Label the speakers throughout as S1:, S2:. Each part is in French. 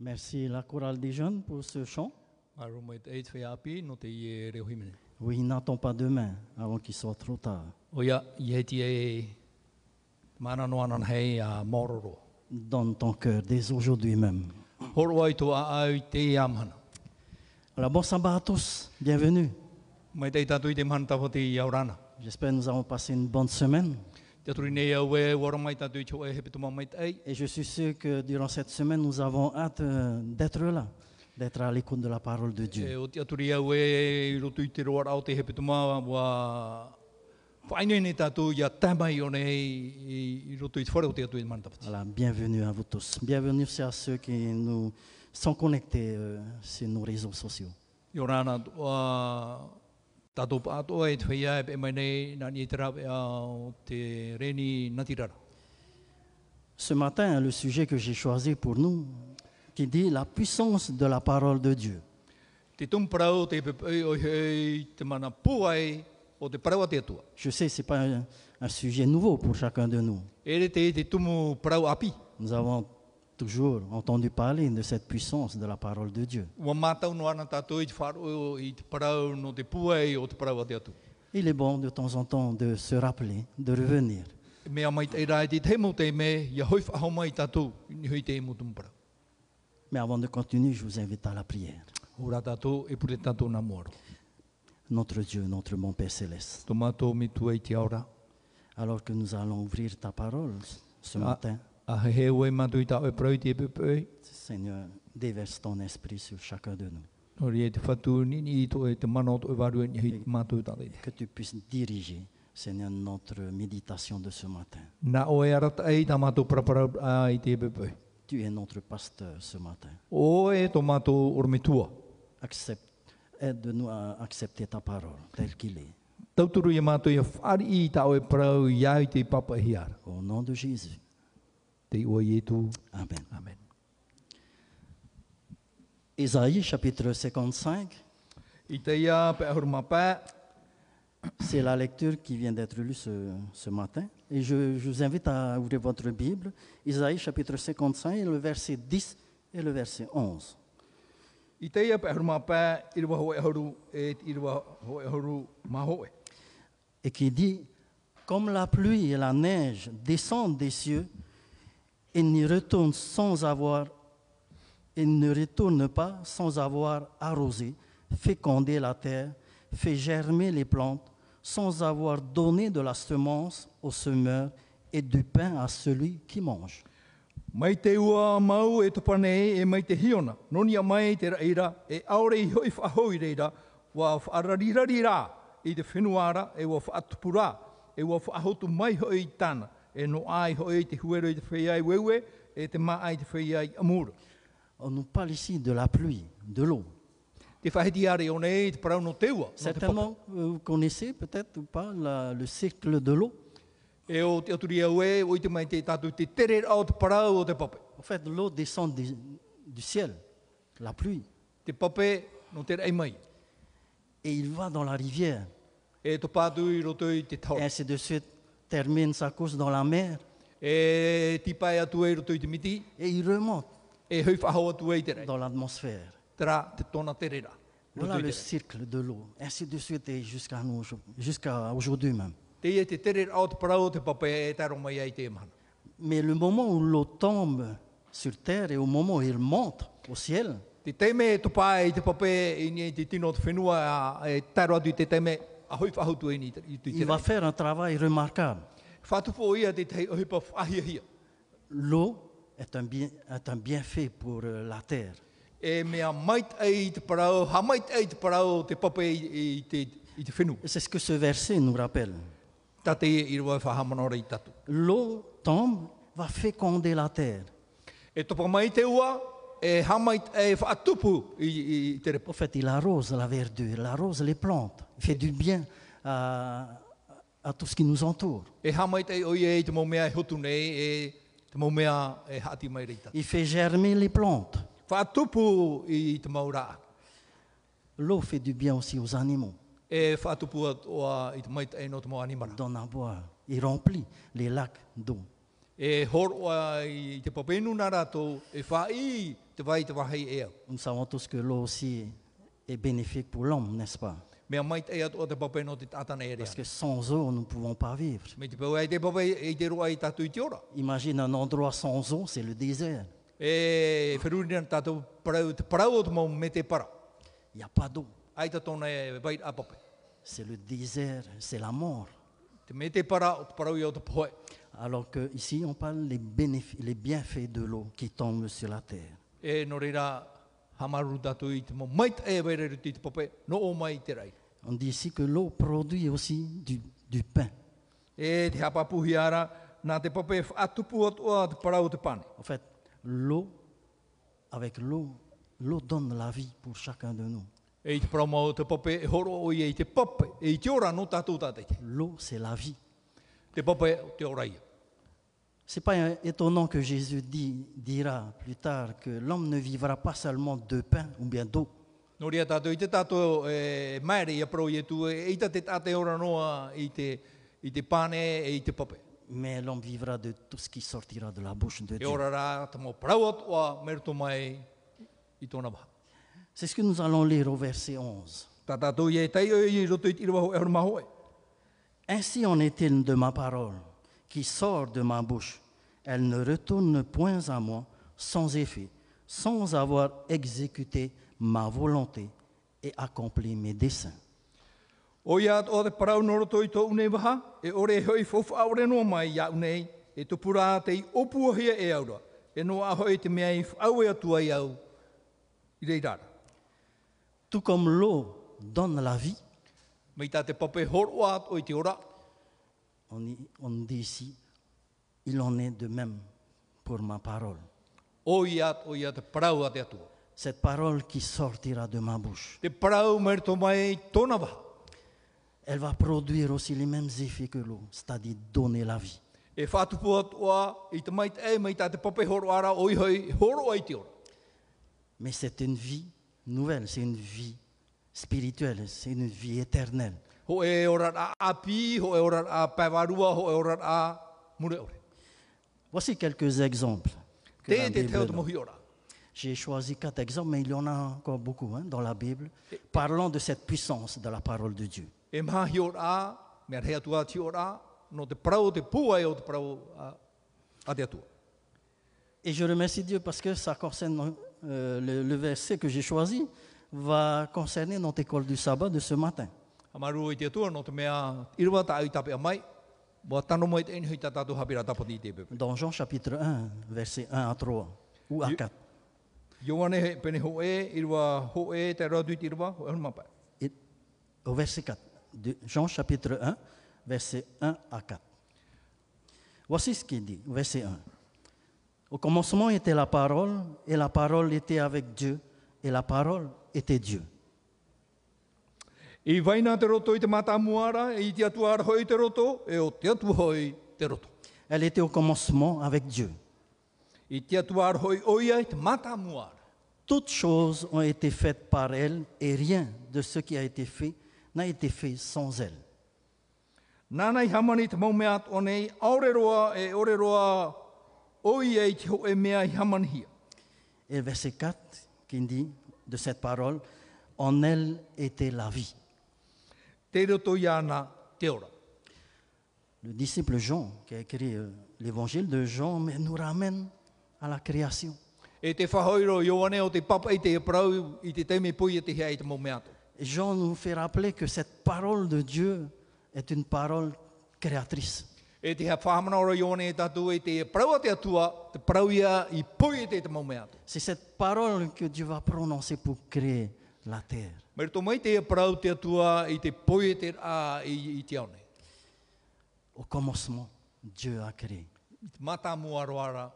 S1: Merci la chorale des jeunes pour ce chant.
S2: Ma roommate eight fe api no te i e reo himene.
S1: Oui, n'attends pas demain avant qu'il soit trop tard.
S2: O ia, i hei ti e mana no anan hei a mororo.
S1: Donne ton cœur dès aujourd'hui même.
S2: Horo ai tō a au te amhana.
S1: Alors bon sabbat à tous, bienvenue.
S2: Mai tei tātou i te mhana tapo te i aurana.
S1: J'espère que nous avons passé une bonne semaine.
S2: Te aturi nei au e wara mai tātou i tō e hepe tō mai tei.
S1: Et je suis sûr que durant cette semaine, nous avons hâte euh, d'être là, d'être à l'écoute de la parole de Dieu.
S2: E, o te aturi au e i roto i te roa rao te hepe tuma wa whaine ne tātou ia tamai o nei i, i roto i te whare o te atu i mana tapati.
S1: Voilà, bienvenue à vous tous. Bienvenue aussi à ceux qui nous sont connectés euh, sur nos réseaux sociaux.
S2: I o rāna a tātou pātoa e te whaia e pe mai nei nani e te rawe a o te reni natirara.
S1: Ce matin, le sujet que j'ai choisi pour nous, qui dit la puissance de la parole de Dieu.
S2: Te tumparau te pepei o hei te mana pōai o te parau a te atua.
S1: Je sais, ce n'est pas un, un sujet nouveau pour chacun de nous.
S2: Ere te E te tumu parau api.
S1: Nous avons toujours entendu parler de cette puissance de la parole de Dieu.
S2: Ua mātau no ana tātou i te whāro i te parau no te puai o te parau a te atua.
S1: Il est bon de temps en temps de se rappeler, de revenir.
S2: E Mea mai te rai te te mo te me, ia hoi whahau mai tātou, ni hoi te mo tumpara.
S1: Mais avant de continuer, je vous invite à la prière.
S2: Ora tātou e pure tātou nā moro.
S1: Notre Dieu, notre bon Père céleste,
S2: Tō mātou me tua i te aora.
S1: alors que nous allons ouvrir ta parole ce
S2: Ah.
S1: matin,
S2: A he he oe mātou i tāu e parau i te pepei.
S1: Seigneur, déverse ton esprit sur chacun de nous.
S2: Nori e te whatu nini i tō e te mana o tō e waru e ni hoi mātou tātou.
S1: Que tu puisses diriger, Seigneur, notre méditation de ce matin.
S2: Nā oe arata ei tā mātou paraparau a i te pepei.
S1: Tu es notre pasteur ce matin.
S2: O e tō mātou ormetua.
S1: Accepte, aide-nous à accepter ta parole telle qu'il est.
S2: Tauturu i mātou i a whari i tāu e parau i au i te papa e hiara.
S1: Au nom de Jésus.
S2: Te oe i e tū.
S1: Amen.
S2: Amen.
S1: Ésaïe chapitre 55,
S2: I te ia pe ahuru mapā.
S1: c'est la lecture qui vient d'être lue ce, ce matin. Et je, je vous invite à ouvrir votre Bible. Ésaïe chapitre 55, le verset 10 et le verset 11.
S2: I te ia pe ahuru mapā, i rua hoe ahuru, e i rua hoe ahuru mahoe.
S1: et qui dit Comme la pluie et la neige descendent des cieux et n'y retournent sans avoir et ne retournent pas sans avoir arrosé, fécondé la terre, fait germer les plantes, sans avoir donné de la semence au semeur et du pain à celui qui mange.
S2: Mai te ua mau e tupane e, e mai te hiona. Noni a mai te reira, e aore i hoi whahoi reira, wa whaararirari rā i te whenuara, e wa whaatupura, e wa whaahotu mai hoi i tāna, e no ai hoi i te huero i te whea i wewe, e te maa i te whea i amura.
S1: On nous parle ici de la pluie, de l'eau.
S2: Te whaheti are o nei, te parau no te ua. no te papa.
S1: Certainement, euh, vous connaissez peut-être ou pas la- le cycle de l'eau.
S2: E o te aturi au e, o i te mai te tātou te tere au te parau o te pape.
S1: En fait, l'eau descend du, du ciel, la pluie,
S2: Te pape no te rei mai.
S1: et il va dans la rivière.
S2: E tō pātu i roto i te
S1: Et
S2: taura.
S1: ainsi de suite, termine sa course dans la mer,
S2: E tipai atu e roto i te miti,
S1: et il remonte
S2: e hui whahau atu e i te rei.
S1: dans l'atmosphère.
S2: Tera te tōna te rera.
S1: Voilà
S2: Roto i
S1: le
S2: te rei.
S1: cycle de l'eau. Ainsi de suite, et jusqu'à nous, jusqu'à aujourd'hui même.
S2: Te ia te terera o te parau te papa e taro mai ai te mana.
S1: Mais le moment où l'eau tombe sur terre et au moment où il monte au ciel,
S2: Te teime e topa e te papa e ni e te tino te whenua a- e taro atu i te teime a hui whahau tu e ni te- i te
S1: il va
S2: rei.
S1: faire un travail remarquable.
S2: Whatupo ia te tei ohipa whahia
S1: L'eau est un, bien, est un bienfait pour euh, la terre.
S2: E mea mait ai i te parau, ha mait ai te parau o te papa i, i, te, i te whenua.
S1: Et C'est ce que ce verset nous rappelle.
S2: Tate e i rua whahamanora i tatu.
S1: L'eau tombe, va féconder la terre.
S2: E topa mai te ua, e ha mait e whaatupu i, i te repo.
S1: En fait, il arrose la verdure, il arrose les plantes, il fait du bien à, à tout ce qui nous entoure.
S2: E hamai te oi e te maumea e hotu nei e te maumea e hati mai reita.
S1: Il fait germer les plantes.
S2: Whātupu i te maura.
S1: L'eau fait du bien aussi aux animaux.
S2: E whātupu atoa i te mai te no te mau
S1: Il
S2: animara.
S1: donne à boire, il remplit les lacs d'eau.
S2: E horo a i te papenu nā rātou, e whai te vai te wahai e ea.
S1: Nous savons tous que l'eau aussi est bénéfique pour l'homme, n'est-ce pas
S2: Mea mai te ea o te papenu o te tātana e
S1: Parce
S2: rea.
S1: que sans eau, nous ne pouvons pas vivre.
S2: Me te pau ai te papai e te roa i tātou i te ora.
S1: Imagine un endroit sans eau, c'est le désert.
S2: E whiruri nā tātou parau, te parau o te mau me te para.
S1: Il n'y a pas d'eau.
S2: Ai ta tōna e vai a papai.
S1: C'est le désert, c'est la mort.
S2: Te me te para o te parau i o te poe.
S1: Alors que ici, on parle des bénéf- les bienfaits de l'eau qui tombe sur la terre.
S2: E no reira hamaru tātou i te mau mai te e vai reru i te papai. No o mai te rai.
S1: On dit ici que l'eau produit aussi du, du pain.
S2: E te hapapuhi ara, nā te papai e whaatupu atua te parau o te pane.
S1: En fait, l'eau, avec l'eau, l'eau donne la vie pour chacun de nous.
S2: E i te parau mau o te papai e horo o i e i te papai. E i te ora no tātou tātei.
S1: L'eau, c'est la vie.
S2: Te papai o te ora ia.
S1: C'est pas euh, étonnant que Jésus dit, dira plus tard que l'homme ne vivra pas seulement de pain ou bien d'eau,
S2: No rea tātou i te tātou e maere i a parau i e tu. E i ta te tātei ora noa i te, i te pane e i te papai.
S1: mais l'homme vivra de tout ce qui sortira de la bouche de
S2: E
S1: Dieu.
S2: ora rā, te mau parau atua merto mai i tōna waha.
S1: C'est ce que nous allons lire au verset 11.
S2: Tā tātou i e tai oi i roto i tira waho e horo maho e.
S1: Ainsi en est-il de ma parole qui sort de ma bouche. Elle ne retourne point à moi sans effet, sans avoir exécuté ma volonté et accompli mes desseins.
S2: O ia o te parau no roto i tō unei waha, e ore e hoi fofa aore no mai ia unei, e tō pura te i opua hia e aura, e no a hoi te mea i whaau e atua i au i rei rara.
S1: Tout comme l'eau donne la vie,
S2: Mei tā te pape horo at o i te ora,
S1: on, y- on dit ici, il en est de même pour ma parole.
S2: o ia o ia te parau a te atua.
S1: Cette parole qui sortira de ma bouche,
S2: Te parau mer tō mai tōna waha,
S1: elle va produire aussi les mêmes effets que l'eau, c'est-à-dire donner la vie.
S2: e whātupu atua i te mait e mei tā te pape horo ara o i hoi horo a i te ora.
S1: Mais c'est une vie nouvelle, c'est une vie spirituelle, c'est une vie éternelle.
S2: Ho e ora a api, ho e ora a pavarua, ho e ora a mure ore.
S1: Voici quelques exemples. que
S2: Te
S1: la
S2: te
S1: Bible
S2: teo te
S1: donne.
S2: mohi ora.
S1: J'ai choisi quatre exemples, mais il y en a encore beaucoup hein, dans la Bible, parlant de cette puissance de la parole de Dieu.
S2: E maha hi ora a, mea rea tua ti ora a, no te parau te pua e o te parau a, a te atua.
S1: Et je remercie Dieu parce que ça concerne euh, le, le verset que j'ai choisi va concerner notre école du sabbat de ce matin.
S2: Amaru i te atua, no te mea irua ta au i tape a mai, Boa tano mai te enhui ta tātou hapira tapati i te pepe.
S1: Dans Jean chapitre 1, versets 1 à 3 ou à
S2: Dieu-
S1: 4.
S2: Ioane he pene ho e, irua ho e, te rau tui te irua, ho e honu mapai.
S1: Et au verset 4, de Jean chapitre 1, verset 1 à 4. Voici ce qu'il dit, verset 1. Au commencement était la parole, et la parole était avec Dieu, et la parole était Dieu.
S2: I vaina te roto i te mata muara, i te atua ara hoi te roto, e o te atua hoi te roto.
S1: Elle était au commencement avec Dieu.
S2: I te atua ara hoi oia i te mata muara.
S1: Toutes choses ont été faites par elle, et rien de ce qui a été fait n'a été fait sans elle.
S2: Nānei hamani te mau mea o nei, aore roa e ore roa oi e te ho e mea i hamani hia.
S1: Et verset 4 qui dit de cette parole, en elle était la vie.
S2: Te roto i ana te ora.
S1: Le disciple Jean, qui a écrit euh, l'évangile de Jean, mais nous ramène à la création.
S2: E te whahoiro i oane o te papa i te parau i te teime pui e te hea i te mau mea to.
S1: Et Jean nous fait rappeler que cette parole de Dieu est une parole créatrice.
S2: E te hea whamana ora i oane e tatu e te parau a te atua, te parau ia i pui e te te mau mea to.
S1: C'est cette parole que Dieu va prononcer pour créer la terre.
S2: Merto mai te parau te atua i te pui e te a i, i te aone.
S1: Au commencement, Dieu a créé.
S2: I te mata mua roara,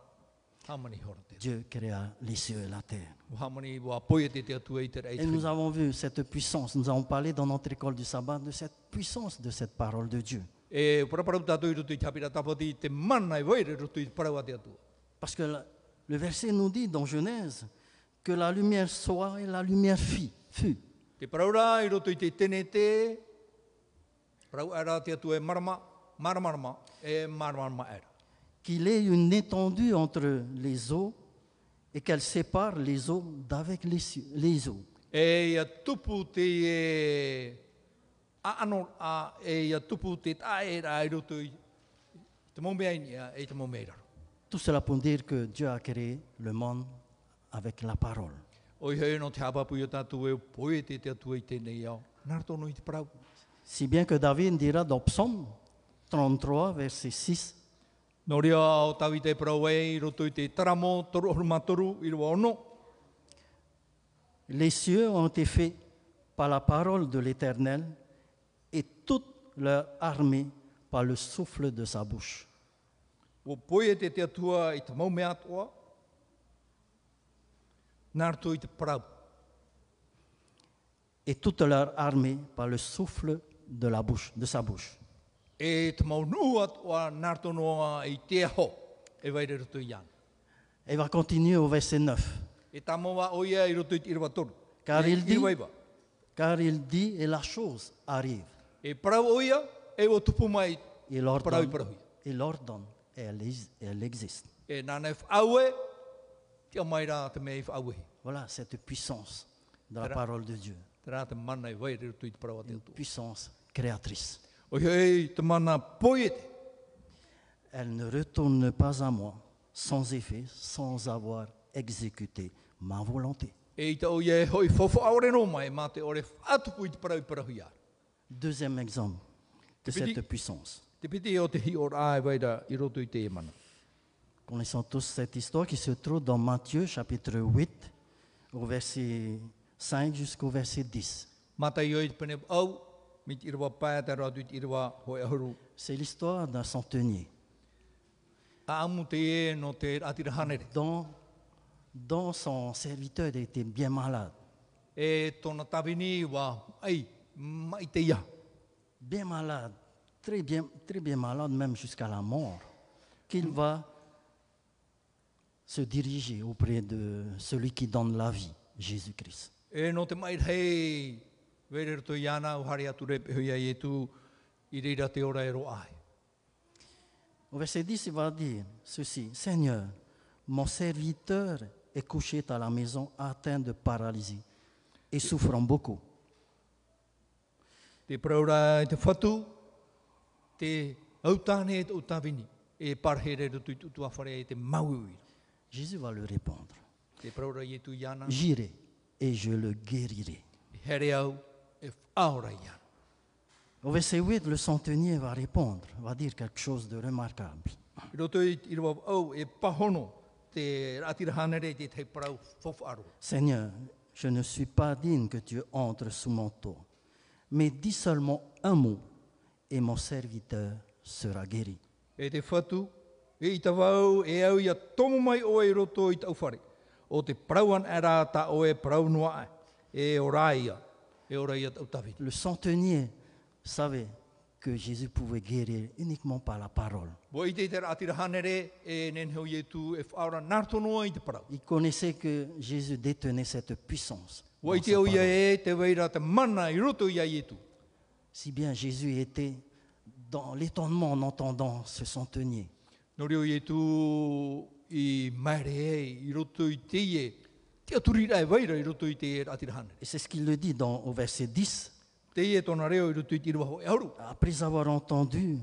S2: hamani hora te.
S1: Dieu créa les cieux et la terre.
S2: Hamani wa pui e te te atua i te rei.
S1: Et nous avons vu cette puissance, nous avons parlé dans notre école du sabbat de cette puissance de cette parole de Dieu.
S2: E paraparau tātou i roto i tapira tapati te mana i waire roto i parau a te atua.
S1: Parce que la- le verset nous dit dans Genèse que la lumière soit et la lumière fit- fut.
S2: Te parau rā i roto i te tene te, parau ara te atua e marama, maramarama, e maramarama era.
S1: qu'il ait une étendue entre les eaux et qu'elle sépare les eaux d'avec les, cieux- les eaux.
S2: E ia tupu te e aano a e ia tupu te ta e rā i roto i te momea i nia e te momea i raro.
S1: Tout cela pour dire que Dieu a créé le monde avec la parole.
S2: O i hei no te hapapu i o tātou e o poe te te atu i tēnei au. Nā tono i te parau.
S1: Si bien que David dira dans Psaume 33, verset 6,
S2: Nō rea o tawi te parau e i roto i te taramo toru oru matoru i rua ono.
S1: Les cieux ont été faits par la parole de l'Éternel et toute leur armée par le souffle de sa bouche.
S2: O poe te te atua i te momea atua. Nā roto i te parau.
S1: Et toute leur armée par le souffle de, la bouche, de sa bouche.
S2: E te maunu atua nā tono i te aho e waire roto i ana.
S1: Et il va continuer au verset 9.
S2: E tā maua o ia i roto i te irwa toru.
S1: Car
S2: E
S1: il dit-
S2: irwa iwa.
S1: Car il dit et la chose arrive.
S2: E parau o ia, e o tupu mai.
S1: Il
S2: Parahui,
S1: ordonne.
S2: parahui.
S1: Il ordonne et elle, is- elle existe.
S2: E nāna e whaue, te mai rā te mea i whaue.
S1: Voilà cette puissance de la
S2: Tra-
S1: parole de Dieu.
S2: Te rā te mana i waire roto i te parau a te
S1: Une
S2: atua.
S1: puissance créatrice.
S2: O ia e te mana poe te.
S1: Elle ne retourne pas à moi sans effet, sans avoir exécuté ma volonté.
S2: E i te o ia e hoi fofo aore no mai, mā te ore whatupu i te parau i parau i ana.
S1: Deuxième exemple de
S2: Petit.
S1: cette puissance.
S2: Te piti e o te hi o rā e waira i roto i te e mana.
S1: Connaissons tous cette histoire qui se trouve dans Matthieu chapitre 8, au verset 5 jusqu'au verset 10.
S2: Mata i oi te pene au, mi te irwa pae te rā i te irwa hoi ahuru.
S1: C'est l'histoire d'un centenier.
S2: A amu te e no te atira hanere.
S1: Dont, dont son serviteur était bien malade,
S2: E tōna tawini wā, ai, mai te ia.
S1: bien malade, très bien, très bien malade, même jusqu'à la mort, qu'il va se diriger auprès de celui qui donne la vie, Jésus-Christ.
S2: E no te mai hei, were to iana o hari atu repe hui ai e tu, i reira te ora e ro ai.
S1: Au verset 10, il va dire ceci Seigneur, mon serviteur est couché à la maison, atteint de paralysie et souffrant beaucoup.
S2: Te praura e te whatu, te autane e te autawini, e parhere rutu i tutua whare e te mauiwi.
S1: Jésus va lui répondre
S2: Te praura i e tu iana,
S1: J'irai et je le guérirai.
S2: here au, e whaora iana.
S1: Au verset 8, le centenier va répondre, va dire quelque chose de remarquable.
S2: I roto i i roa au, e pahono, te atira hanere te te parau fofaro.
S1: Seigneur, je ne suis pas digne que tu entres sous mon toit, mais dis seulement un mot et mon serviteur sera guéri.
S2: E te whatu, e i tawau, e au ia tomo mai o e roto i tau whare. O te prauan e rā ta o e prau noa ai. E o rā ia, e o rā ia tau tawini.
S1: Le centenier savait que Jésus pouvait guérir uniquement par la parole.
S2: Bo i te tera atira hanere, e nen hau i tu e whaora nārtonoa i te parau.
S1: Il connaissait que Jésus détenait cette puissance.
S2: Bo
S1: dans
S2: i te
S1: sa
S2: au ia
S1: parole.
S2: e, te weira te mana i roto ia i tu.
S1: Si bien Jésus était dans l'étonnement en entendant ce centenier.
S2: No reo i e tu i maere e, i roto i te e, te aturira e weira i roto i te atira hanere.
S1: Et c'est ce qu'il le dit dans, au verset 10.
S2: Te e tōna reo i roto i te irua ho e auru.
S1: Après avoir entendu,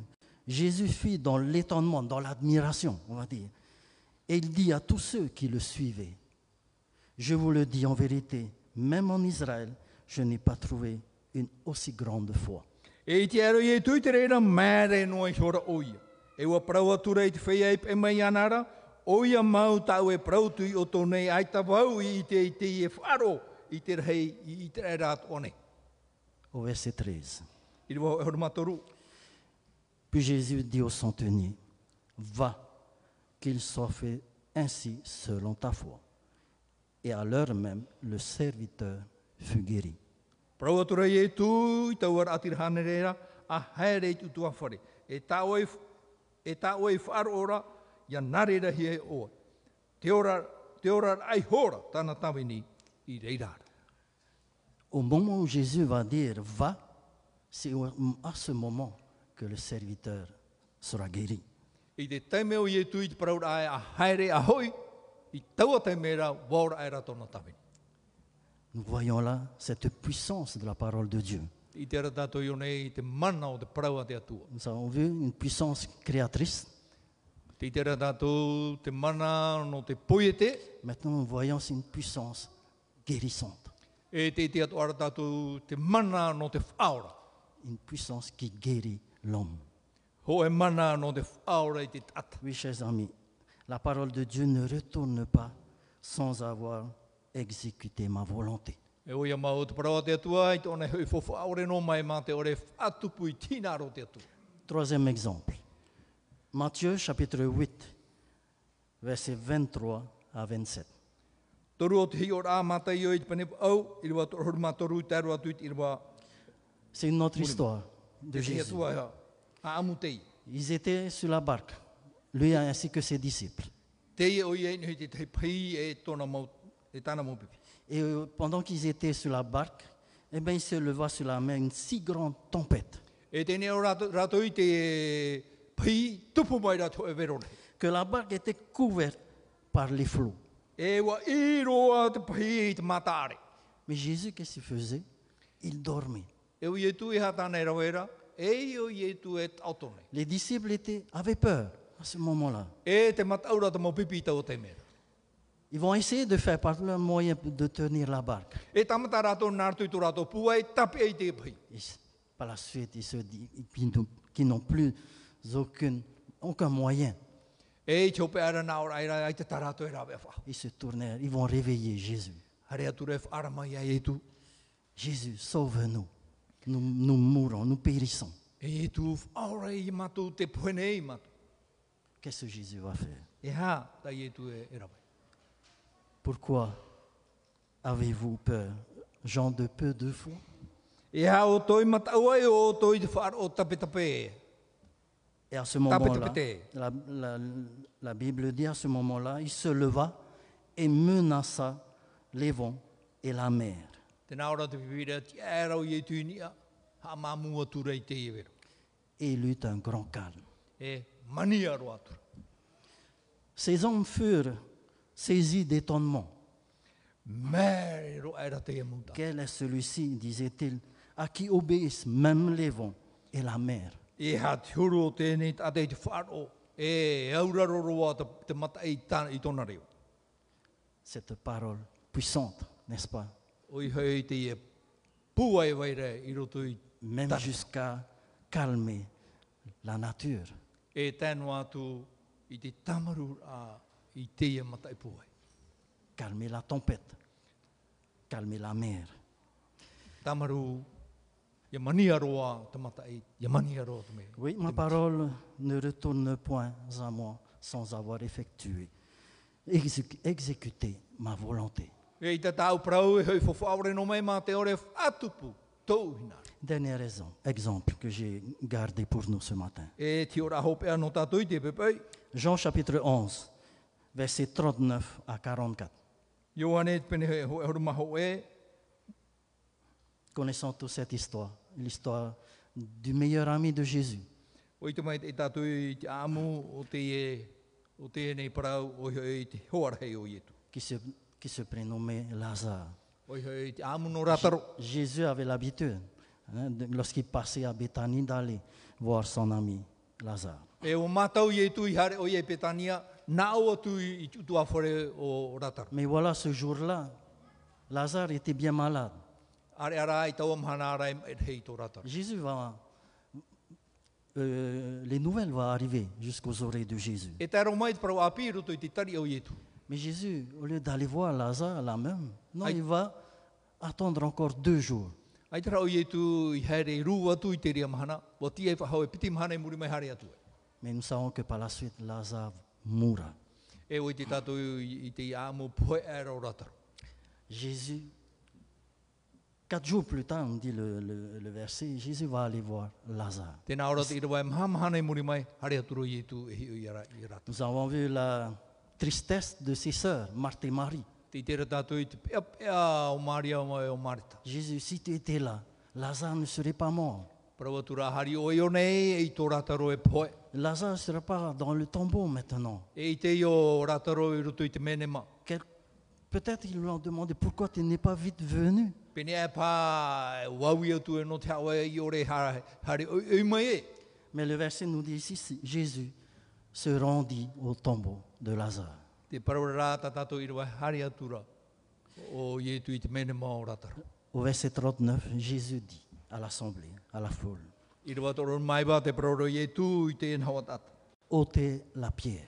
S1: Jésus fit dans l'étonnement, dans l'admiration, on va dire. Et il dit à tous ceux qui le suivaient, je vous le dis en vérité, même en Israël, je n'ai pas trouvé une aussi grande foi.
S2: E te aro e tui te reira māre no i hora oia. E ua prau atura i te whea e pe mai anara, oia mau tau e prau tui o tōnei ai ta wau i te i te i e wharo i te rei i i te rei rāt one.
S1: Au verset 13.
S2: I rua e hora matoru.
S1: Puis Jésus dit au centenier, va, qu'il soit fait ainsi selon ta foi. Et à l'heure même, le serviteur fut guéri.
S2: Prau atura e tui tau ar atir hane reira, a haere i tutua whare. E tā oe, f- e tā oe wharo ora, ia narera hi e oa. Te ora, te ora ai hora tāna tawini i reirara.
S1: Au moment où Jésus va dire va, c'est au- à ce moment que le serviteur sera guéri.
S2: I te teime o Ietu i te paraura ai a haere a hoi, i taua teime ra waura ai rato na tawini.
S1: Nous voyons là cette puissance de la parole de Dieu.
S2: I te ratato i onei i te mana o te paraua te atua.
S1: Nous avons vu une puissance créatrice.
S2: Te i te ratato te mana no te poiete,
S1: Maintenant, nous voyons c'est une puissance guérissante.
S2: e te i te atu aratato te mana no te whaora.
S1: Une puissance qui guérit l'homme.
S2: Ho e mana no te whaora i te tata.
S1: Oui, chers amis, la parole de Dieu ne retourne pas sans avoir exécuté ma volonté.
S2: E oia mā o te parawa te atua, i te ona hoi fofa aore no mai mā te ore atupu i tīna aro te atua.
S1: Troisième exemple. Matthieu chapitre 8, versets 23 à 27.
S2: Toru o te hi ora a mata i oi te panepa au, i rua toru matoru i taru atu i te rua
S1: C'est une autre histoire de
S2: te hi
S1: Jésus.
S2: atua hea. A amutei.
S1: Ils étaient sur la barque, lui ainsi que ses disciples.
S2: Te i oi e nui te te pai e tōna mau, e tāna mau pipi.
S1: Et euh, pendant qu'ils étaient sur la barque, eh bien, il se leva sur la mer une si grande tempête
S2: E tēnei o rato, rato i te e, pai tupu mai rato e verone.
S1: que la barque était couverte par les flots.
S2: E wa i roa te pai i te matare.
S1: Mais Jésus, qu'est-ce qu'il faisait Il dormait.
S2: E oi e tu i hatana e rawera, e oi e tu e tautone.
S1: Les disciples étaient, avaient peur à ce moment-là.
S2: E te mataura te mau pipi i tau te mera.
S1: Ils vont essayer de faire par leur moyen de tenir la barque.
S2: E tamata rato nārtu i tō rato pua e tape e te pai.
S1: Et par la suite, ils se disent qu'ils n'ont- qu'ils n'ont plus aucune, aucun moyen.
S2: E i chope ara nā ora aira ai te tarato e rawe whaho.
S1: Ils se tournèrent, ils vont réveiller Jésus.
S2: Hare atu ref ara mai ai e tu.
S1: Jésus, sauve-nous. Nous, nous mourons, nous périssons.
S2: E e tu aura i matu te puene i matu.
S1: Qu'est-ce que Jésus va faire
S2: E ha, ta i e tu e, e rawe.
S1: Pourquoi avez-vous peur Jean de peu de foi
S2: E ha o toi mataua e o toi te whaara o tape tape e.
S1: Et à ce moment-là,
S2: tapé.
S1: la, la- la Bible dit à ce moment-là, il se leva et menaça les vents et la mer.
S2: Te nā ora te pipira, ti ara o i e tu nia, ha mamu atu rei te i vero.
S1: Et il eut un grand calme.
S2: E mani aro atura.
S1: Ces hommes furent saisis d'étonnement.
S2: Mere ro aira te e muta.
S1: Quel est celui-ci, disaient-ils, à qui obéissent même les vents et la mer
S2: E ha te huru o tēnei tā te te whaaro. E auraro roa te, te mata e i tāna i tōna reo.
S1: Cette parole puissante, n'est-ce pas
S2: Oi hei te e pua e waira i roto i
S1: Même jusqu'à calmer la nature.
S2: e tēnu atu i te tamaru a i te e mata e pua.
S1: calmer la tempête, calmer la mer.
S2: Tamaru ia mani aroa te mata e ia mani aroa te me.
S1: Oui, ma parole ne retourne point à moi sans avoir effectué, exé- exécuté ma volonté.
S2: E i te tau prau e hei fofaore no mai mā te ore atupu tau hina.
S1: Dernier raison- exemple que j'ai gardé pour nous ce matin.
S2: E ti ora hopea no tātou i te pepei.
S1: Jean chapitre 11, versets 39 à 44.
S2: Ioane te pene hei hoi horu maho e.
S1: Connaissant toute cette histoire, l'histoire du meilleur ami de Jésus,
S2: O i te mai te tātou i te amu o te e o te e nei parau o i hei te hoara hei o ietu.
S1: qui se, qui se prénommait Lazare.
S2: O e i hei te amu no rataro.
S1: Jésus avait l'habitude, hein, de- lorsqu'il passait à Béthanie, d'aller voir son ami Lazare.
S2: E o mātau i e tu i hare o i e petania, nā o tu i tu awhare o rataru.
S1: Mais voilà, ce jour-là, Lazare était bien malade.
S2: Are ara i tau amhana ara e mai hei tō rataru.
S1: Jésus va. euh, les nouvelles vont arriver jusqu'aux oreilles de Jésus.
S2: E tēro mai te parau api ruto i te tari au i e tu.
S1: Mais Jésus, au lieu d'aller voir Lazare là-même, non,
S2: Aïe.
S1: il va attendre encore deux jours.
S2: Ai te rau i e tu i hare i rū atu i te ria mahana, o ti e whahau e piti mahana i muri mai hare atu. e.
S1: Mais nous savons que par la suite, Lazare mourra.
S2: E o i te tātou i i te amu poe ara o rataru.
S1: Jésus, quatre jours plus tard, on dit le- le- le verset, Jésus va aller voir Lazare.
S2: Tēnā ora te irawa e maha mahana i muri mai, hare aturo i e tu e hi o i ara i rataru.
S1: Nous avons vu la tristesse de ses sœurs, Marthe et Marie.
S2: Te i tēra tātou i te pea pea o Maria o mai o Marita.
S1: Jésus, si tu étais là, Lazare ne serait pas mort.
S2: Parau atu rā hari o i o nei e i tō rataru e poe.
S1: Lazare sera pas dans le tombeau maintenant.
S2: E i te io rātaro i rutu i te menema.
S1: Quel- Peut-être ils lui ont demandé pourquoi tu n'es pas vite venu.
S2: Pene e pā, wawi atu e no te awa i ore hare, hare oi, oi mai e.
S1: Mais le verset nous dit ici, c'est Jésus se rendit au tombeau de Lazare.
S2: Te parawara rā tā tātou i rawa hare atura o i tu i te menema o rātaro.
S1: Au verset 39, Jésus dit à l'assemblée, à la foule,
S2: I rawa toro mai wā te parawara i tu i te enhawa tata.
S1: ôtez la pierre.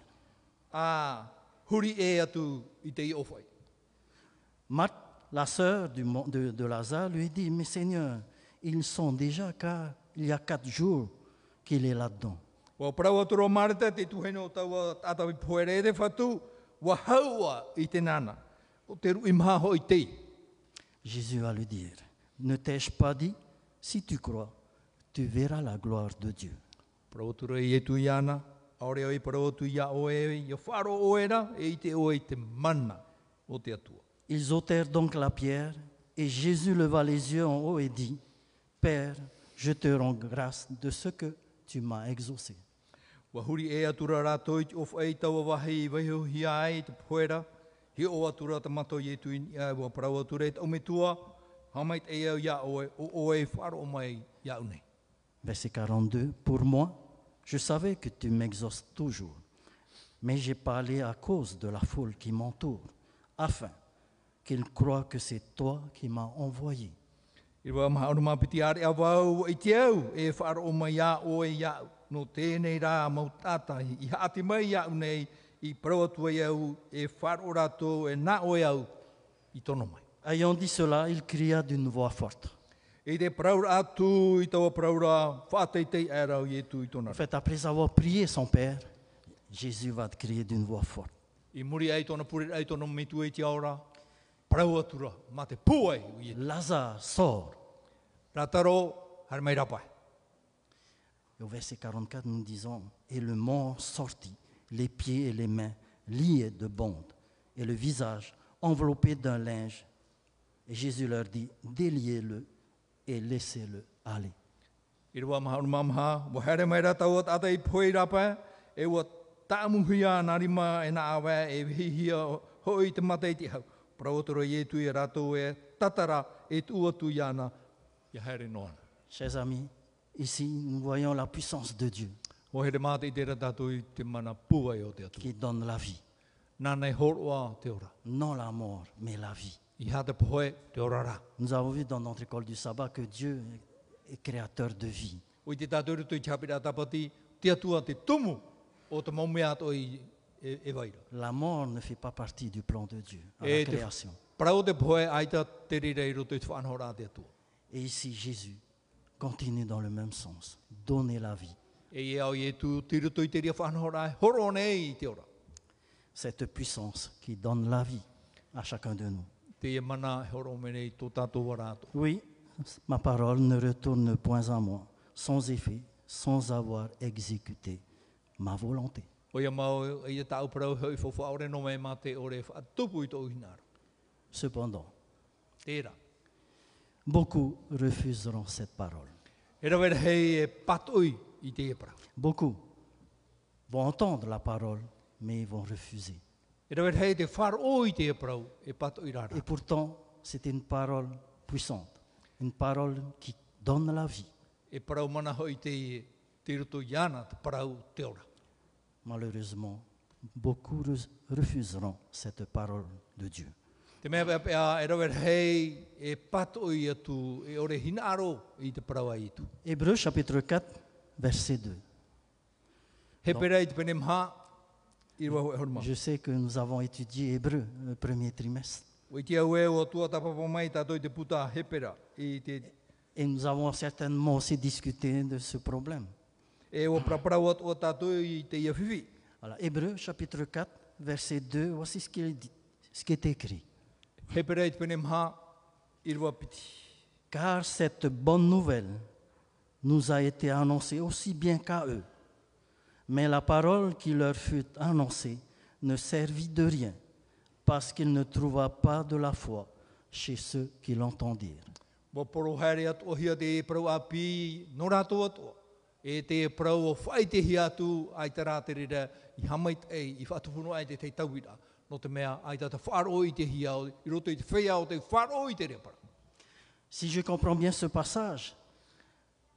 S2: A huri e atu i te i ofai.
S1: Marthe, la sœur du mon- de, de Lazare, lui dit, mais Seigneur, ils sont déjà car il y a quatre jours qu'il est là-dedans.
S2: Wa parawa toro marita te tuheno o taua tātawi poere te whatu, wa haua i te nana. O te rui maha hoi tei.
S1: Jésus va lui dire, ne t'ai-je pas dit, si tu crois, tu verras la gloire de Dieu.
S2: Parawatura i e tu i ana, aore oi parawatu i a oe, i a wharo oera, e i te oe i te mana o te atua.
S1: Ils ôtèrent donc la pierre, et Jésus leva les yeux en haut et dit, Père, je te rends grâce de ce que tu m'as exaucé.
S2: Wa huri e atura rātou i te of ei taua wahi i wahi hi ai i te poera, hi o atura te mato i e tu i ai wa parawatura i te ometua, hamait e au i a oe, o oe i wharo o mai i a unei.
S1: Verset 42, Pour moi, je savais que tu m'exauces toujours, mais j'ai parlé à cause de la foule qui m'entoure, afin qu'ils croient que c'est toi qui m'as envoyé.
S2: I rua maha ono mapiti are a wau i te au, e whara o mai a o e iau. No tēnei rā mautata, i haati mai iau nei, i parawatua iau, e whara o rātou, e nā o iau, i tono mai.
S1: Ayant dit cela, il cria d'une voix forte.
S2: E te praura atu, i taua praura, whāteitei e rau i tu i tona.
S1: En fait, après avoir prié son Père, Jésus va crier d'une voix forte.
S2: I muri ai tona puri ai tona mitu e te aora, parau atura, mā te pūai i e.
S1: Lazare sort.
S2: Rātaro, hara mai rapai.
S1: Et au verset 44, nous disons Et le mort sortit, les pieds et les mains liés de bandes, et le visage enveloppé d'un linge. Et Jésus leur dit Déliez-le et laissez-le aller.
S2: I rua maha unu mamaha, wa here mai rata o tata i poe rapa, e wa tāmuhia nā rima e nā awa e hihia hoi te mata i te hau. Praotoro i e tu i rato e tatara e tu atu i ana, i here noana.
S1: Chers amis, ici, nous voyons la puissance de Dieu
S2: O here māte i te ratatou i te mana pua i o te atu.
S1: qui donne la vie.
S2: Nānei horoa te ora.
S1: Non la mort, mais la vie.
S2: I hā te poe te ora rā.
S1: Nous avons vu dans notre école du sabbat que Dieu est créateur de vie.
S2: O i te tātou rutu i chapira tapati, te atua te tumu o te maumea ato i e, e waira.
S1: La mort ne fait pas partie du plan de Dieu à la
S2: E te
S1: création.
S2: parau te poe aita te rirei rutu i te whanhora te atua.
S1: Et ici, Jésus continue dans le même sens. Donner la vie.
S2: E ia o e tu tiru tui te ria whanhora e horo nei i te ora.
S1: Cette puissance qui donne la vie à chacun de nous.
S2: Te ia mana e horo menei tō tātou warato.
S1: Oui, ma parole ne retourne point à moi, sans effet, sans avoir exécuté ma volonté.
S2: O ia mau e ia tāu parau hoi fofa ore no mai mā te ore e whatupu i tō uhinara.
S1: Cependant,
S2: Tērā.
S1: beaucoup refuseront cette parole.
S2: E rawera hei e patoi i te ia parau.
S1: Beaucoup vont entendre la parole, mais ils vont refuser.
S2: E rawera hei te wharo i te ia parau e patoi
S1: Et
S2: rara.
S1: pourtant, c'était une parole puissante, une parole qui donne la vie.
S2: E parau mana hoi te ia tiru tui ana te parau te ora.
S1: Malheureusement, beaucoup re- refuseront cette parole de Dieu.
S2: Te mea pia pia e rawera hei e patoi atu e ore hinaro i te parau ai tu.
S1: Hébreux chapitre 4, verset 2.
S2: He pera i te pene mha i rua hoi horma.
S1: Je sais que nous avons étudié Hébreux le premier trimestre
S2: O i te au e o tua tapapa mai tātou i te puta hepera i te
S1: et nous avons certainement aussi discuté de ce problème.
S2: e o prapara o tua tātou i te ia whiwi.
S1: Alors, Hébreux chapitre 4, verset 2, voici ce, qu'il dit, ce qui est écrit.
S2: Hepera i te pene mha i rua piti.
S1: Car cette bonne nouvelle nous a été annoncée aussi bien qu'à eux. Mais la parole qui leur fut annoncée ne servit de rien, parce qu'il ne trouva pas de la foi chez ceux qui l'entendirent.
S2: Mo poro haere atu o hia te e parau a pi no rātou atua. E te parau o whai te hi atu, ai te rāterira, i hamait ei, i whatupuno ai te tei tauira. No te mea, ai tata wharo i te hi au, i roto i te whea o te wharo i te repara.
S1: Si je comprends bien ce passage,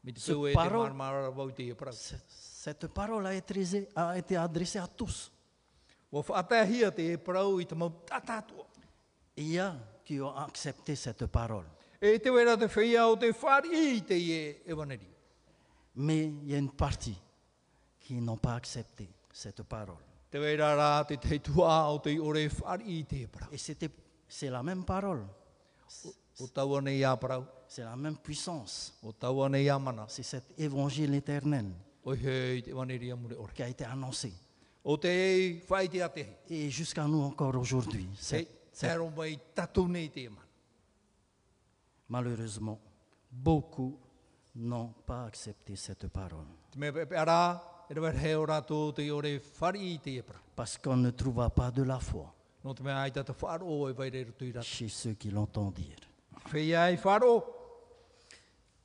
S2: Me te
S1: Ce
S2: tau e te
S1: paro-
S2: maramara wau te parau.
S1: c- cette parole a été, adressée- a été adressée à tous.
S2: Wa whaatahia te parau i te mau tatatua.
S1: Et il y a qui ont accepté cette parole.
S2: E te wera te whea o te whari i te e evaneri.
S1: Mais il y a une partie qui n'ont pas accepté cette parole.
S2: Te wera rā te te tua o te ore whari i te parau.
S1: Et c'était- c'est la même parole,
S2: O tau ane i a parau,
S1: c'est la même puissance.
S2: o tau ane i a mana,
S1: C'est cet évangile éternel
S2: o hei te evaneri amure ore.
S1: qui a été annoncé.
S2: O te ei whai te atehi.
S1: Et jusqu'à nous encore aujourd'hui.
S2: Te,
S1: C'est-
S2: te aro mai tatu nei te mana.
S1: Malheureusement, beaucoup n'ont pas accepté cette parole
S2: Te mea pepe ara, e rewa he o rātou te ore whari i te epara.
S1: parce qu'on ne trouva pas de la foi
S2: No te mea ai tata wharo e vaire rutu i rātou.
S1: chez ceux qui l'entendent dire.
S2: Whea ai wharo,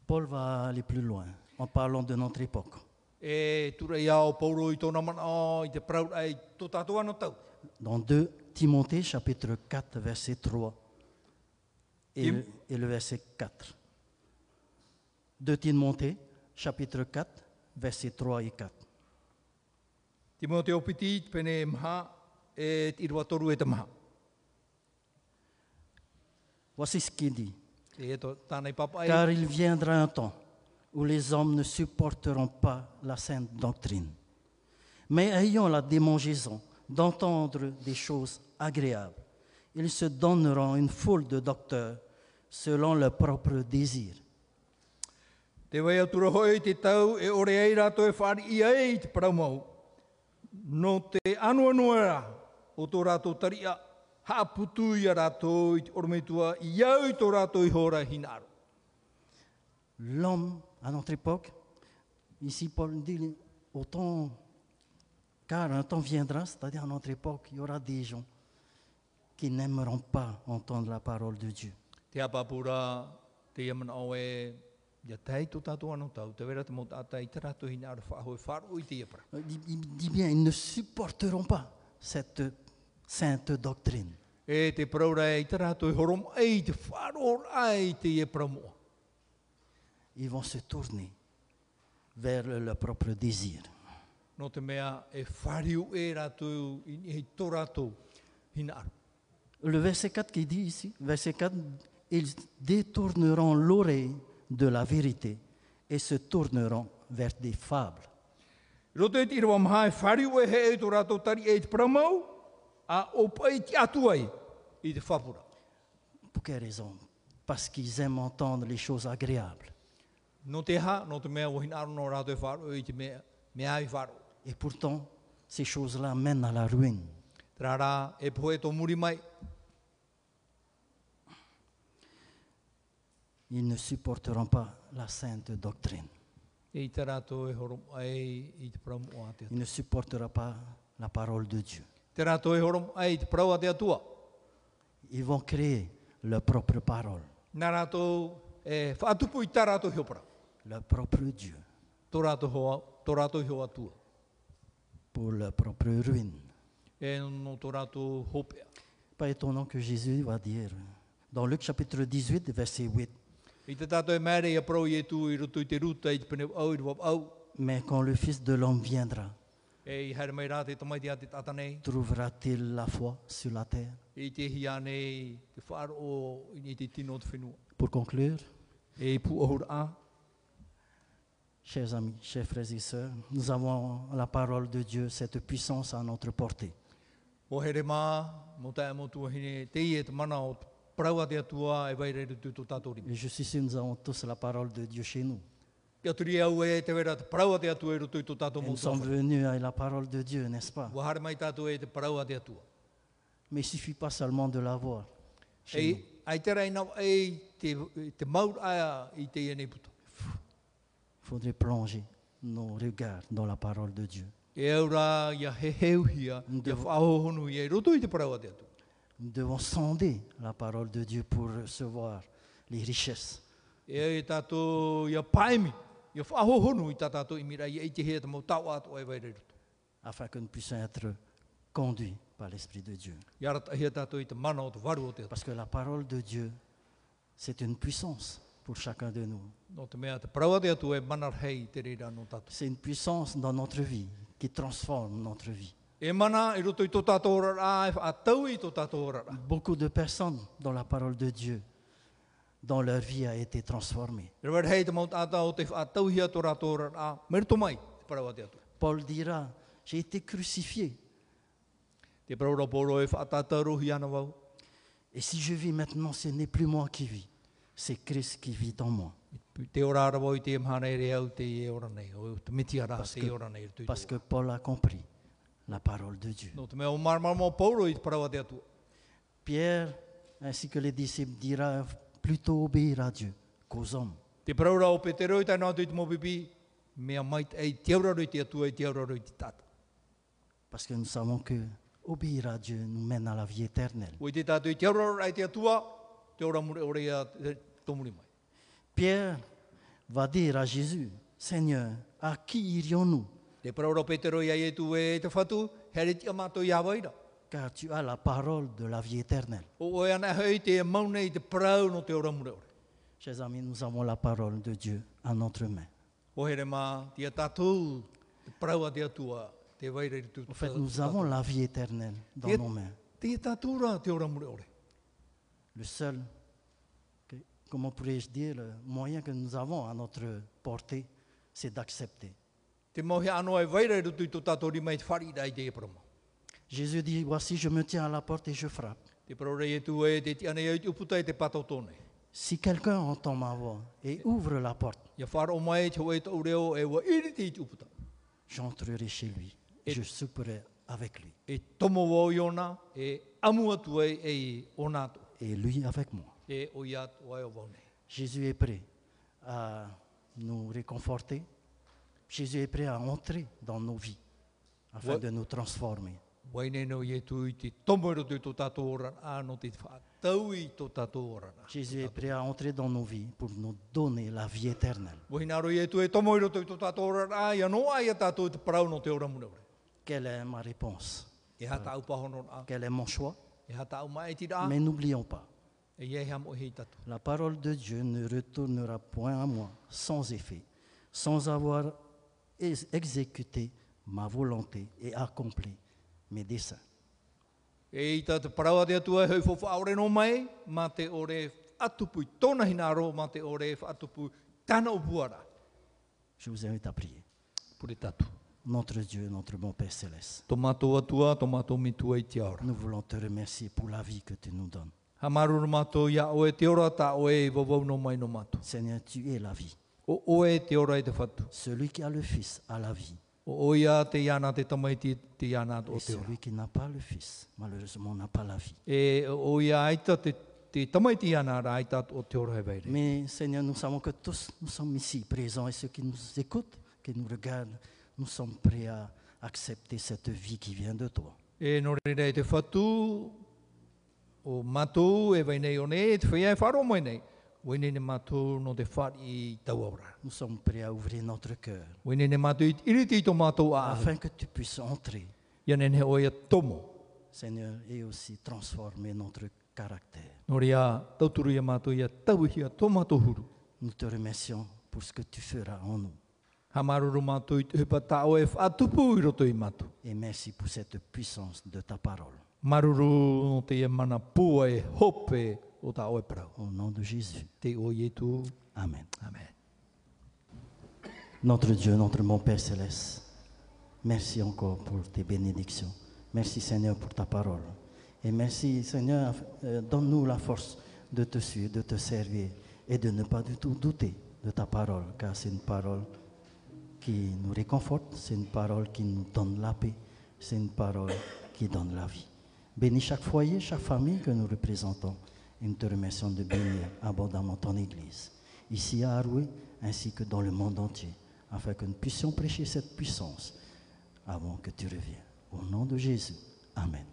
S1: Paul va aller plus loin en parlant de notre époque.
S2: e tura i ao pauro i tōna mana o, i te praut ai tō tātou anō tau.
S1: Dans 2 Timothée chapitre 4 verset 3 et,
S2: Tim-
S1: le, et le verset 4. 2 Timothée chapitre 4 verset 3 et 4.
S2: Timoteo piti, pene e maha, e te irua toru e te maha.
S1: Voici ce qu'il dit.
S2: Te e tō tānei papa ai,
S1: Car il viendra un temps où les hommes ne supporteront pas la sainte doctrine, mais ayant la démangeaison d'entendre des choses agréables, ils se donneront une foule de docteurs selon leur propre désir.
S2: te wei atura hoi te tau e ore ai rātou e whari i ai i te parau mau. No te anu anuera o tō rātou taria, haputu i a rātou i te orometua, i au i tō rātou i hora hinaro.
S1: L'homme, à notre époque, ici Paul dit, autant, car un temps viendra, c'est-à-dire à notre époque, il y aura des gens qui n'aimeront pas entendre la parole de Dieu.
S2: Te apapura, te iamana o e, ia tei tō tātou anō tau, te wera te mō tātai, te rātou hinaro whahoi wharo i te iapara.
S1: Il dit- il dit bien, ils ne supporteront pas cette sainte doctrine.
S2: E te praura e i te rātou i horom ai, te wharo ai te e pramoa.
S1: Ils vont se tourner vers le- leur propre désir.
S2: No te mea e whariu e rātou i ni hei tō rātou hina aru.
S1: Le verset 4 qui dit ici, verset 4, ils détourneront l'oreille de la vérité et se tourneront vers des fables.
S2: I Roto e tira maha e whariu e he e tō rātou tari e te pramau, a o pai ki atu ai i te whapura.
S1: Pour quelle raison Parce qu'ils aiment entendre les choses agréables.
S2: No te ha, no te mea o hina aru no rātou e wharo i te mea, mea i wharo.
S1: Et pourtant, ces choses-là mènent à la ruine.
S2: Te rā rā e poe tō muri mai,
S1: Ils ne supporteront pas la sainte doctrine.
S2: e i te rātou e horom ai i te pramau a te atua.
S1: Il ne supportera pas la parole de Dieu.
S2: Te rātou e horom ai i te parau a te atua.
S1: Ils vont créer leur propre parole,
S2: Nā rātou e whaatupu i tā rātou hiopara.
S1: leur propre Dieu,
S2: Tō rātou hoa, tō rātou hoa atua.
S1: pour leur propre ruine.
S2: e no tō rātou hopea.
S1: Pas étonnant que Jésus va dire dans Luc chapitre 18, verset 8,
S2: I te tātou e mēre i aprau i e tū i rutu i te ruta i te pene au i te wap au,
S1: Mais quand le Fils de l'homme viendra,
S2: e i haere mai rā te tamaiti a te tātanei,
S1: trouvera-t-il la foi sur la terre
S2: i te hianei, te whāro o i te tino te whenua.
S1: Pour conclure,
S2: E i pū ahura a,
S1: chers amis, chers frères et sœurs, nous avons la parole de Dieu, cette puissance à notre portée.
S2: o here mā, mō tae mō tuahine, te i e te mana o te parau a te atua e vai reiru tū tō tātou rima.
S1: Et je suis sûr que nous avons tous la parole de Dieu chez nous.
S2: Kia turi au e te wera te parau a te atua i rutu i tō
S1: Et
S2: tātou mō
S1: nous sommes
S2: tuahine.
S1: venus avec la parole de Dieu, n'est-ce pas
S2: Wa haere mai tātou e te parau a te atua.
S1: Mais il ne suffit pas seulement de l'avoir. chez
S2: E,
S1: nous.
S2: ai te rei nau e te, te maur aia i te i e nei puto.
S1: Il faudrait plonger nos regards dans la parole de Dieu.
S2: E aura ia he heuhia,
S1: Ndevo-
S2: ia whaohonu ia i roto i te parawa te atu.
S1: Nous devons sonder la parole de Dieu pour recevoir les richesses.
S2: E ai tātou ia paemi, Ia whaahohonu i tā tātou i mira ia i te hea te mau tau atu ai vai reirutu.
S1: afin que nous puissions être conduits par l'Esprit de Dieu.
S2: Ia rata hea tātou i te mana o te waru o te atu.
S1: Parce que la parole de Dieu, c'est une puissance pour chacun de nous.
S2: No te mea te parawa te atu e manar hei te reira no tātou.
S1: C'est une puissance dans notre vie qui transforme notre vie.
S2: E mana i roto i tō tātou rara e whaatau i tō tātou rara.
S1: Beaucoup de personnes dans la parole de Dieu, dans leur vie a été transformée.
S2: E rawar hei te mau tātou te whaatau hia tō rātou rara. Meri tō mai te parawa te atu.
S1: Paul dira, j'ai été crucifié.
S2: Te parawa pōro e whaatataru hi ana wau.
S1: Et si je vis maintenant, ce n'est plus moi qui vis, c'est Christ qui vit en moi.
S2: Te ora ara wau i te mhana e rea au te e ora nei. O te miti ara
S1: Parce
S2: te
S1: que-
S2: e ora nei. i tō i
S1: Parce
S2: tō.
S1: que Paul a compris la parole de Dieu.
S2: No te mea o marmar mau pōro i te parawa te atu.
S1: Pierre, ainsi que les disciples, dira plutôt obéir à Dieu qu'aux hommes.
S2: Te paraura o Petero i tāna atu i te mōpipi, mea mai te- ei te auraro i te atua i te auraro i te tata.
S1: Parce que nous savons que obéir à Dieu nous mène à la vie éternelle.
S2: O i te tatu i te auraro ai te atua, te ora mure ore a te tō muri mai.
S1: Pierre va dire à Jésus, Seigneur, à qui irions-nous
S2: Te paraura o Petero i ai e tu e te whatu, here tia mātou i hawaira.
S1: Car tu as la parole de la vie éternelle.
S2: O oe ana hei te maune i te parau no te ora mure ore.
S1: Chers amis, nous avons la parole de Dieu à notre main.
S2: O here mā, tia tatu, te parau a te atua, te waira i tu.
S1: En fait, nous avons la vie éternelle dans
S2: Tia-
S1: nos mains.
S2: Tia tatu rā te ora mure ore.
S1: Le seul, que- comment pourrais-je dire, le moyen que nous avons à notre portée, c'est d'accepter.
S2: Te mauhe anō ai waira i tu i tō tātou rima i te wharida i te e parama.
S1: Jésus dit, voici, je me tiens à la porte et je frappe.
S2: Te parora e tu e te tiana e te uputa e te patau tōne.
S1: Si quelqu'un entend ma voix et ouvre la porte,
S2: Ia whara o mai te oe tau reo e wa iri te i te uputa.
S1: j'entrerai chez lui,
S2: Et-
S1: je souperai avec lui
S2: E tomo wau i ona, e amu atu e e i o nato,
S1: et lui avec moi.
S2: e o i atu ai o wau nei.
S1: Jésus est prêt à nous réconforter. Jésus est prêt à entrer dans nos vies afin
S2: Ouais.
S1: de nous transformer.
S2: Wai nei no i e tu i te tomo i roto i tō tātou ora, anō te whātau i tō tātou ora.
S1: Jésus est prêt à entrer dans nos vies pour nous donner la vie éternelle.
S2: Wai naro i e tu e tomo i roto i tō tātou ora, ia no ai a tātou te parau no te ora muna ora.
S1: Quelle est ma réponse
S2: E hata au pahono rā,
S1: Quel est mon choix
S2: e hata au mai ti rā,
S1: Mais n'oublions pas,
S2: e iei ham o hei tatu.
S1: la parole de Dieu ne retournera point à moi sans effet, sans avoir ex- exécuté ma volonté et accompli mes desseins.
S2: E i tā te parawa te atua, hei fofa e aore no mai, mā te ore atupui tōna hinaro, mā te ore atupui tāna upuara.
S1: Je vous invite à prier.
S2: Pure tatu.
S1: Notre Dieu, notre bon Père céleste,
S2: Tō mātou atua, tō mātou mitua i te aora.
S1: nous voulons te remercier pour la vie que tu nous donnes.
S2: Ha maruru mātou ia oe te ora tā oe i wawau no mai no mātou.
S1: Seigneur, tu es la vie.
S2: O oe te ora i te whatu.
S1: Celui qui a le Fils a la vie.
S2: O oia te iana te tamai ti te iana
S1: Et
S2: o te ora.
S1: celui qui n'a pas le Fils, malheureusement, n'a pas la vie.
S2: E o oia aita te, te tamai ti iana ara aita o te ora e hei veire.
S1: Mais Seigneur, nous savons que tous nous sommes ici présents et ceux qui nous écoutent, qui nous regardent, nous sommes prêts à accepter cette vie qui vient de toi.
S2: E no rei te whatu, o mātou e vai nei o nei, te whia e wharo mai nei. Wai nei ne mātou no te whari i tau aura.
S1: Nous sommes prêts à ouvrir notre cœur
S2: Wai nei ne mātou i iriti i tō mātou a ahu.
S1: afin que tu puisses entrer,
S2: Ia nei ne oia tomo.
S1: Seigneur, et aussi transformer notre caractère.
S2: No rea tauturu ia mātou ia tauhia tō mātou huru.
S1: Nous te remercions pour ce que tu feras en nous.
S2: Ha maruru mātou i te hupa tā oe whatupu i roto i mātou.
S1: Et merci pour cette puissance de ta parole.
S2: Maruru no te ia mana pua e hope o tā oe parau.
S1: Au nom de Jésus.
S2: Te o ietu.
S1: Amen.
S2: Amen.
S1: Notre Dieu, notre mon Père céleste, merci encore pour tes bénédictions. Merci Seigneur pour ta parole. Et merci Seigneur, euh, donne-nous la force de te suivre, de te servir et de ne pas du tout douter de ta parole, car c'est une parole qui nous réconforte, c'est une parole qui nous donne la paix, c'est une parole qui donne la vie. Bénis chaque foyer, chaque famille que nous représentons et nous te remercions de bénir abondamment ton Église, ici à Arouet ainsi que dans le monde entier, afin que nous puissions prêcher cette puissance avant que tu reviennes. Au nom de Jésus, Amen.